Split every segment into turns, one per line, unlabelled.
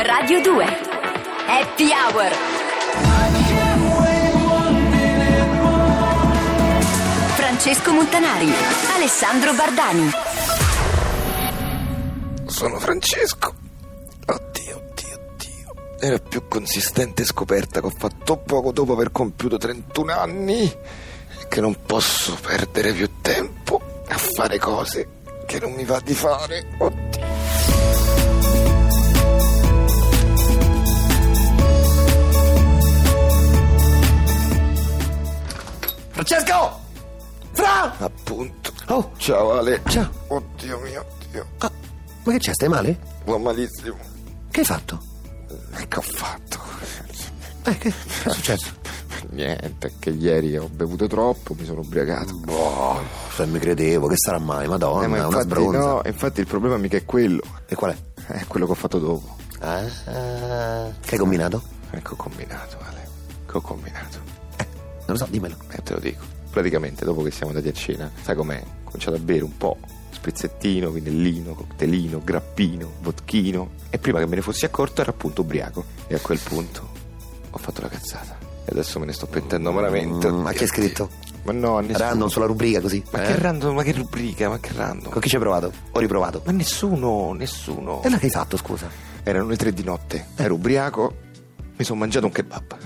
Radio 2 Happy Hour Francesco Montanari Alessandro Bardani
Sono Francesco. Oddio, oddio, oddio. È la più consistente scoperta che ho fatto poco dopo aver compiuto 31 anni. E che non posso perdere più tempo a fare cose che non mi va di fare. Oddio.
Francesco! Fra!
Appunto.
Oh,
Ciao Ale.
Ciao.
Oddio mio, oddio.
ah, ma che c'è? Stai male?
Va malissimo.
Che hai fatto?
Che ho fatto?
Eh, che, che è successo?
Niente, che ieri ho bevuto troppo, mi sono ubriacato.
Boh, se mi credevo, che sarà mai? Madonna,
Eh, ma
una
infatti,
sbronza.
no, infatti il problema mica è quello,
E qual è?
è quello che ho fatto dopo.
Ah, Eh, che hai combinato?
Ecco ho combinato, Ale. Che ho combinato.
Non lo so, dimmelo.
E te lo dico. Praticamente, dopo che siamo andati a cena, sai com'è? Ho cominciato a bere un po'. Sprizzettino, vinellino, cocktailino, grappino, vodchino. E prima che me ne fossi accorto era appunto ubriaco. E a quel punto ho fatto la cazzata. E adesso me ne sto pentendo malamente.
Mm, ma chi ha scritto?
Ma no, a nessuno.
Random sulla rubrica così.
Ma
eh?
che random, ma che rubrica, ma che random.
Con chi ci hai provato? Ho riprovato.
Ma nessuno, nessuno.
E là che hai fatto, scusa?
Erano le tre di notte, ero ubriaco, mi sono mangiato un kebab.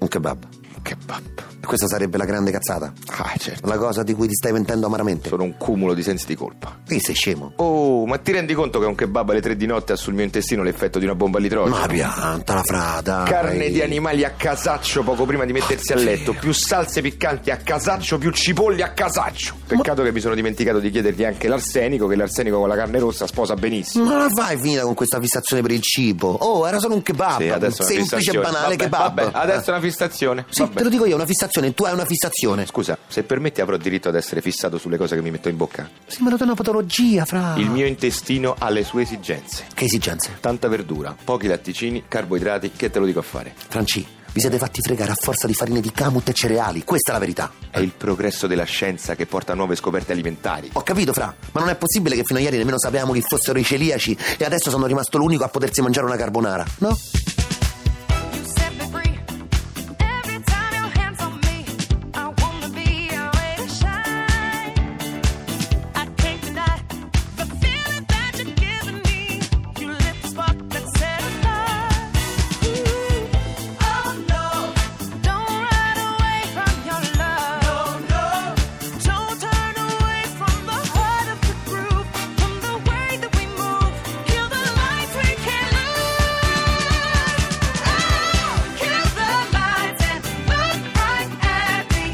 Un kebab.
Un kebab.
E Questa sarebbe la grande cazzata.
Ah, certo.
La cosa di cui ti stai pentendo amaramente.
Sono un cumulo di sensi di colpa.
Che sei scemo?
Oh, ma ti rendi conto che un kebab alle tre di notte ha sul mio intestino l'effetto di una bomba di idrogeno?
Ma pianta la frata.
Carne di animali a casaccio poco prima di mettersi a letto, più salse piccanti a casaccio, più cipolle a casaccio. Peccato che mi sono dimenticato di chiederti anche l'arsenico, che l'arsenico con la carne rossa sposa benissimo.
Ma la fai finita con questa fissazione per il cibo? Oh, era solo un kebab.
Sì, adesso
un
è una
semplice e
fissazione.
banale
Vabbè, Vabbè,
kebab.
adesso è
Ah.
una fissazione.
Sì,
Vabbè.
te lo dico io, una fissazione. Tu hai una fissazione.
Scusa, se permetti avrò diritto ad essere fissato sulle cose che mi metto in bocca.
Sembra una patologia, fra.
Il mio intestino ha le sue esigenze.
Che esigenze?
Tanta verdura, pochi latticini, carboidrati, che te lo dico a fare.
Franci, vi siete fatti fregare a forza di farine di camut e cereali. Questa è la verità.
È il progresso della scienza che porta a nuove scoperte alimentari.
Ho capito, Fra, ma non è possibile che fino a ieri nemmeno sapevamo chi fossero i celiaci e adesso sono rimasto l'unico a potersi mangiare una carbonara, no?
You set me free. Every time your hands on me, I wanna be your way to shine. I can't deny the feeling that you're giving me. You lit the spark that set us alight. Oh no, don't run away from your love. No no, don't turn away from the heart of the groove, from the way that we move. Kill the lights, we can't lose. Oh, Kill the lights and look right at me.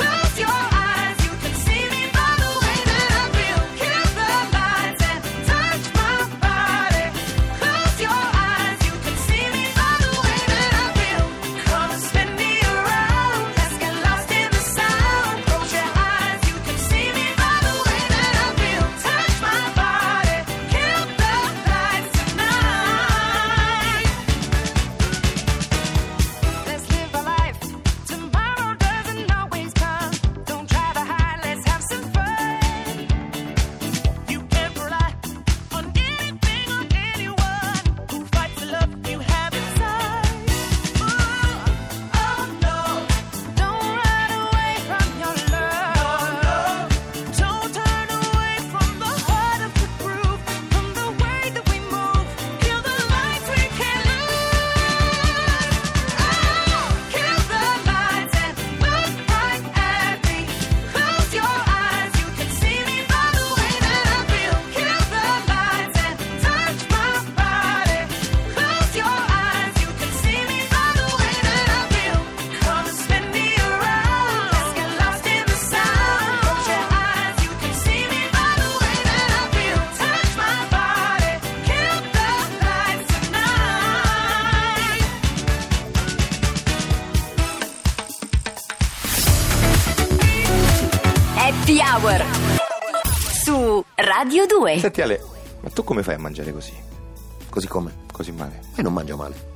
Close your eyes, you can see me by the way that I feel. Kill the lights and touch my body. Close your eyes, you can see me by the way that I feel. Come and spin me around, let's get lost in the sound. Close your eyes, you can see me by the way that I feel. Touch my body, kill the lights tonight. Let's live our life. Tomorrow doesn't always come. Don't try to hide. Let's have some fun. You can't rely on anything or anyone who fights the love you have inside. Oh no, don't run away from your love. Don't turn away from the heart of the groove, from the way that we move. Kill the lights, we can't lose. Oh, Kill the lights and look right at me. Close your eyes, you can see me by the way that I feel. Kill the lights and touch my body. Close your eyes, you can see me by the way that I feel. Come and spin me around, let's get lost in the sound. Close your eyes, you can see me by the way that I feel. Touch my body, kill the lights tonight.
Happy Hour Su Radio 2
Senti Ale, ma tu come fai a mangiare così?
Così come?
Così male?
Io non mangio male.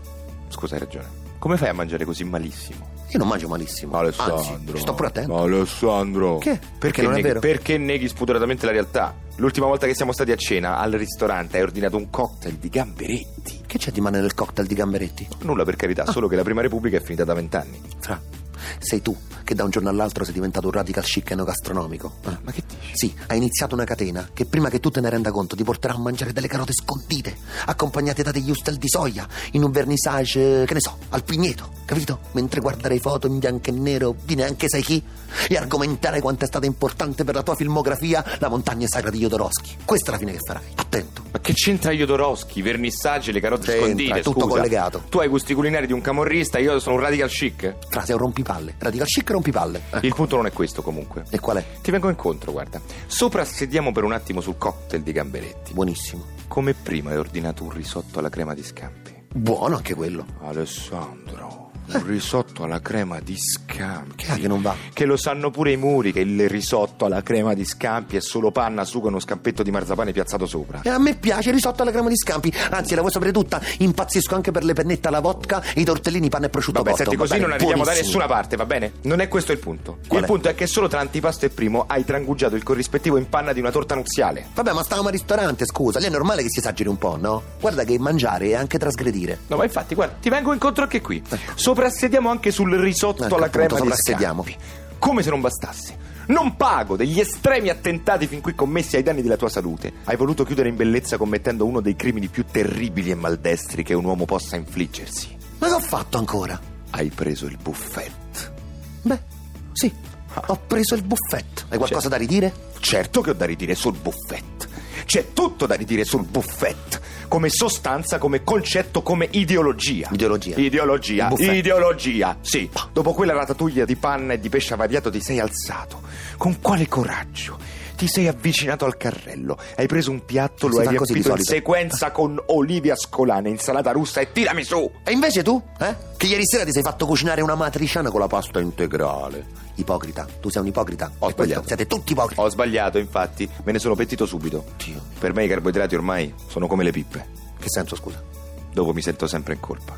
Scusa, hai ragione. Come fai a mangiare così malissimo?
Io non mangio malissimo. Anzi, sto pure attento.
Alessandro.
Che?
Perché,
Perché non è
neghi,
vero?
Perché neghi spudoratamente la realtà? L'ultima volta che siamo stati a cena al ristorante hai ordinato un cocktail di gamberetti.
Che c'è di male nel cocktail di Gamberetti?
Nulla per carità,
Ah.
solo che la Prima Repubblica è finita da vent'anni.
Fra, sei tu che da un giorno all'altro sei diventato un radical chic enogastronomico. Eh.
Ma che dici?
Sì, hai iniziato una catena che prima che tu te ne renda conto ti porterà a mangiare delle carote scondite, accompagnate da degli ustel di soia, in un vernissage, eh, che ne so, al pigneto, capito? Mentre guardare foto in bianco e nero di neanche sai chi e argomentare quanto è stata importante per la tua filmografia la montagna sacra di Jodorowsky. Questa è la fine che farai, attento.
Ma che c'entra Jodorowsky, i vernissaggi, le carote
C'entra,
scondite?
è tutto
scusa?
collegato. Ecco.
Tu hai i gusti culinari di un camorrista, io sono un radical chic.
Fra, sei un rompipalle, radical chic rompipalle. Eh.
Il punto non è questo comunque.
E qual è?
Ti vengo incontro, guarda. Soprassediamo per un attimo sul cocktail di gamberetti.
Buonissimo.
Come prima hai ordinato un risotto alla crema di scampi.
Buono anche quello.
Alessandro, un risotto alla crema di scampi.
Ah, Eh. che non va.
Che lo sanno pure i muri che il risotto alla crema di scampi è solo panna, sugo e uno scampetto di marzapane piazzato sopra.
E a me piace il risotto alla crema di scampi. Anzi, la vuoi sapere tutta? Impazzisco anche per le pennette alla vodka, i tortellini, panna e prosciutto
Vabbè,
cotto.
senti,
Va
così
bene,
non arriviamo da
buonissimi.
nessuna parte, va bene? Non è questo il punto.
Qual
il
è?
punto è che solo tra antipasto e primo hai trangugiato il corrispettivo in panna di una torta nuziale.
Vabbè, ma stavamo al ristorante, scusa. Lì è normale che si esageri un po', no? Guarda che mangiare è anche trasgredire.
No, ma infatti, guarda, ti vengo incontro anche qui. Soprassediamo anche sul risotto
Ecco,
alla crema
appunto,
di
soprassediamo.
scampi. Come se non bastasse. Non pago degli estremi attentati fin qui commessi ai danni della tua salute. Hai voluto chiudere in bellezza commettendo uno dei crimini più terribili e maldestri che un uomo possa infliggersi.
Ma che ho fatto ancora?
Hai preso il buffet.
Beh, sì,
Ah.
ho preso il buffetto. Hai qualcosa da ridire?
Certo che ho da ridire sul buffet. C'è tutto da ridire sul buffet. Come sostanza, come concetto, come ideologia.
Ideologia.
Ideologia.
Il buffet.
Ideologia. Sì. Dopo quella ratatuglia di panna e di pesce avariato ti sei alzato. Con quale coraggio? Ti sei avvicinato al carrello, hai preso un piatto, lo
Si
hai
fa così di
riempito in
solito.
sequenza con olivia scolane, insalata russa e tirami su!
E invece tu, eh? Che ieri sera ti sei fatto cucinare una matriciana con la pasta integrale. Ipocrita, tu sei un ipocrita.
Ho
E questo-
sbagliato.
Siete tutti ipocriti.
Ho sbagliato, infatti, me ne sono pentito subito.
Dio.
Per me i carboidrati ormai sono come le pippe.
Che senso, scusa?
dopo mi sento sempre in colpa.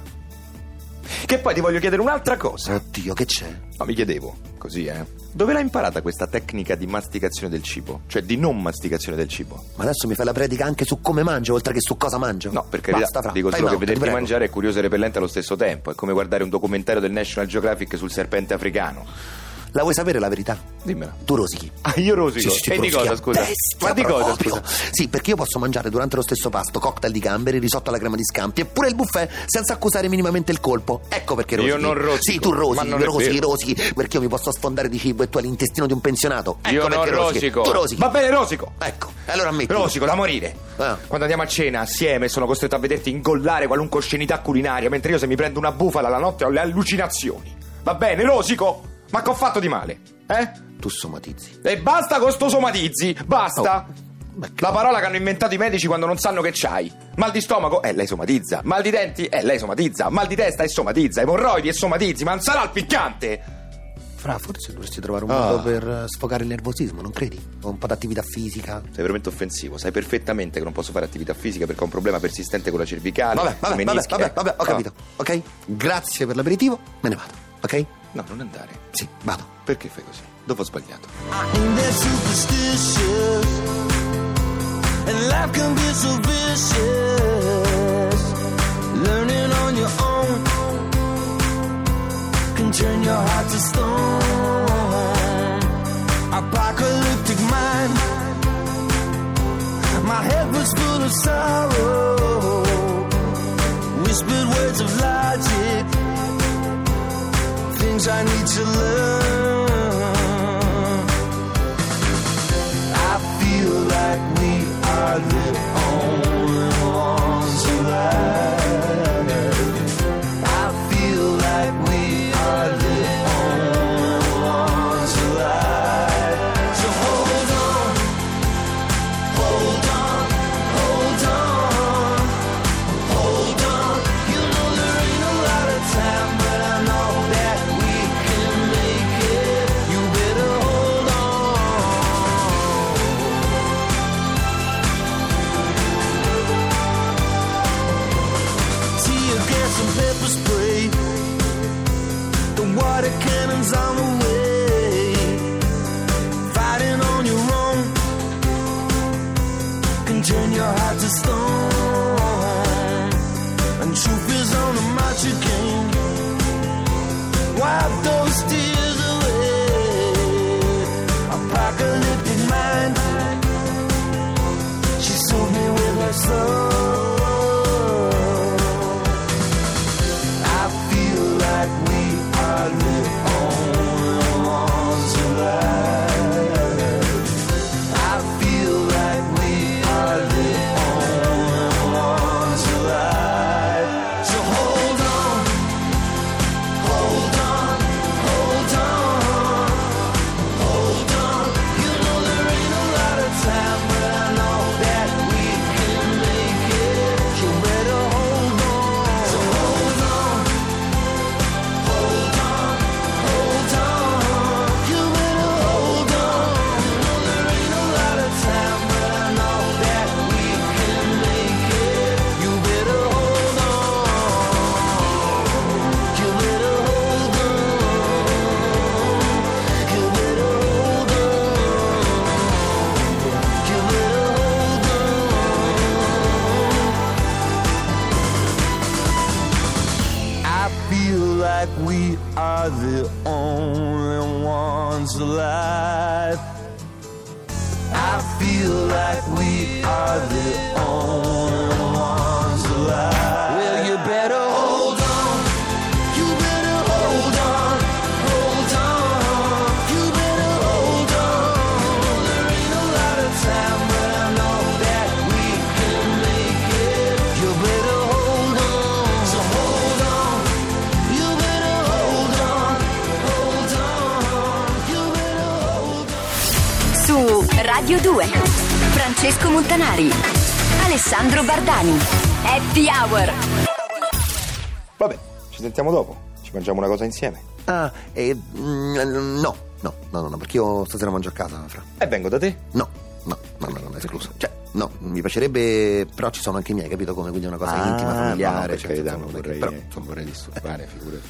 Che poi ti voglio chiedere un'altra cosa.
Oddio, che c'è?
Ma mi chiedevo, così eh. Dove l'hai imparata questa tecnica di masticazione del cibo? Cioè di non masticazione del cibo?
Ma adesso mi fai la predica anche su come mangio, oltre che su cosa mangio.
No, per carità,
Basta, fra.
dico
Time
solo che
out, ti
vederti
prego.
mangiare è curioso e repellente allo stesso tempo. È come guardare un documentario del National Geographic sul serpente africano.
La vuoi sapere la verità?
Dimmela.
Tu rosichi.
Ah, io rosico. e
tu
di
rosichi
cosa,
a
scusa?
bestia
Ma di cosa,
proprio.
scusa?
Sì, perché io posso mangiare durante lo stesso pasto cocktail di gamberi, risotto alla crema di scampi e pure il buffet senza accusare minimamente il colpo. Ecco perché
Io
rosichi.
non rosico.
Sì, tu
Ma
rosichi,
non è
rosichi,
vero.
rosichi, perché io mi posso sfondare di cibo e tu hai l'intestino di un pensionato. Ecco
io non
perché rosichi.
rosico.
Tu rosichi.
Va bene, rosico.
Ecco, e allora ammetti.
Rosico da morire.
Ah.
Quando andiamo a cena assieme sono costretto a vederti ingollare qualunque oscenità culinaria, mentre io se mi prendo una bufala la notte ho le allucinazioni. Va bene, Rosico? Ma che ho fatto di male? Eh?
Tu somatizzi.
E basta con sto somatizzi, basta!
Ma che-
La parola che hanno inventato i medici quando non sanno che c'hai. Mal di stomaco? Eh, lei somatizza. Mal di denti? Eh, lei somatizza. Mal di testa? E somatizza. Emorroidi? E somatizzi. Ma non sarà il piccante!
Fra, forse dovresti trovare un modo per eh, sfogare il nervosismo, non credi? O un po' d'attività fisica.
Sei veramente offensivo. Sai perfettamente che non posso fare attività fisica perché ho un problema persistente con la cervicale. eh.
Vabbè, vabbè, vabbè, vabbè, vabbè, ho capito. Ok? Grazie per l'aperitivo, me ne vado. Ok?
No, non andare.
Sì, vado.
Perché fai così? Dopo ho sbagliato.
and they're superstitious. And life can be so vicious. Learning on your own can turn your heart to stone. Apocalyptic mind. My head was full of sorrow. Whispered words of logic. Things I need to learn. I feel like we are the only ones alive. I feel like we are the only ones alive. So hold on, hold on, hold on, hold on. You know there ain't a lot of time, but I know that we can make it. You better hold on. tear gas and pepper spray. The water cannons on the way. Fighting on your own. are the only ones alive. I feel like we are the only ones alive. Well, you better hold on. You better hold on. Hold on. You better hold on. There ain't a lot of time, but I know that we can make it. You better hold on. So hold on. You better hold on. Hold on. You better hold on.
Su Radio 2. Francesco Montanari. Alessandro Bardani. Happy Hour.
Vabbè, ci sentiamo dopo. Ci mangiamo una cosa insieme.
Ah, e. mm, no, no, no, no, no, perché io stasera mangio a casa, Fra.
E vengo da te.
No, no, no, no, no, escluso. Cioè, no, mi piacerebbe, però ci sono anche i miei, capito come? Quindi è una cosa intima, familiare.
no, Ah, per
cioè,
carità, certo, non
insomma, non è che-
vorrei,
però,
non vorrei disturbare, figurati.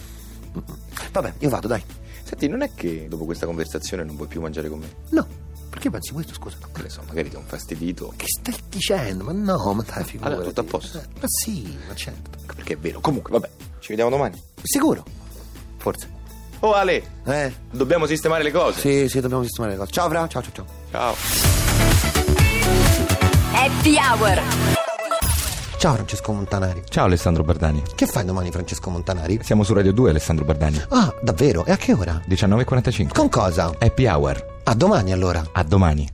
Vabbè, io vado, dai.
Senti, non è che dopo questa conversazione non vuoi più mangiare con me?
No, perché pensi questo, scusa?
Che ne so, magari ti ho infastidito.
Che stai dicendo? Ma no, ma dai, figurati.
Allora, tutto a posto.
Eh, Ma sì, ma certo.
Perché è vero. Comunque, vabbè, ci vediamo domani.
Sicuro? Forse.
Oh Ale,
Eh?
dobbiamo sistemare le cose.
Sì, sì, dobbiamo sistemare le cose. Ciao, Fra, ciao, ciao, ciao.
Ciao.
Happy Hour.
Ciao, Francesco Montanari.
Ciao Alessandro Bardani.
Che fai domani, Francesco Montanari?
Siamo su Radio 2 Alessandro Bardani.
Ah, davvero? E a che ora?
19.45.
Con cosa?
Happy Hour.
A domani allora.
A domani.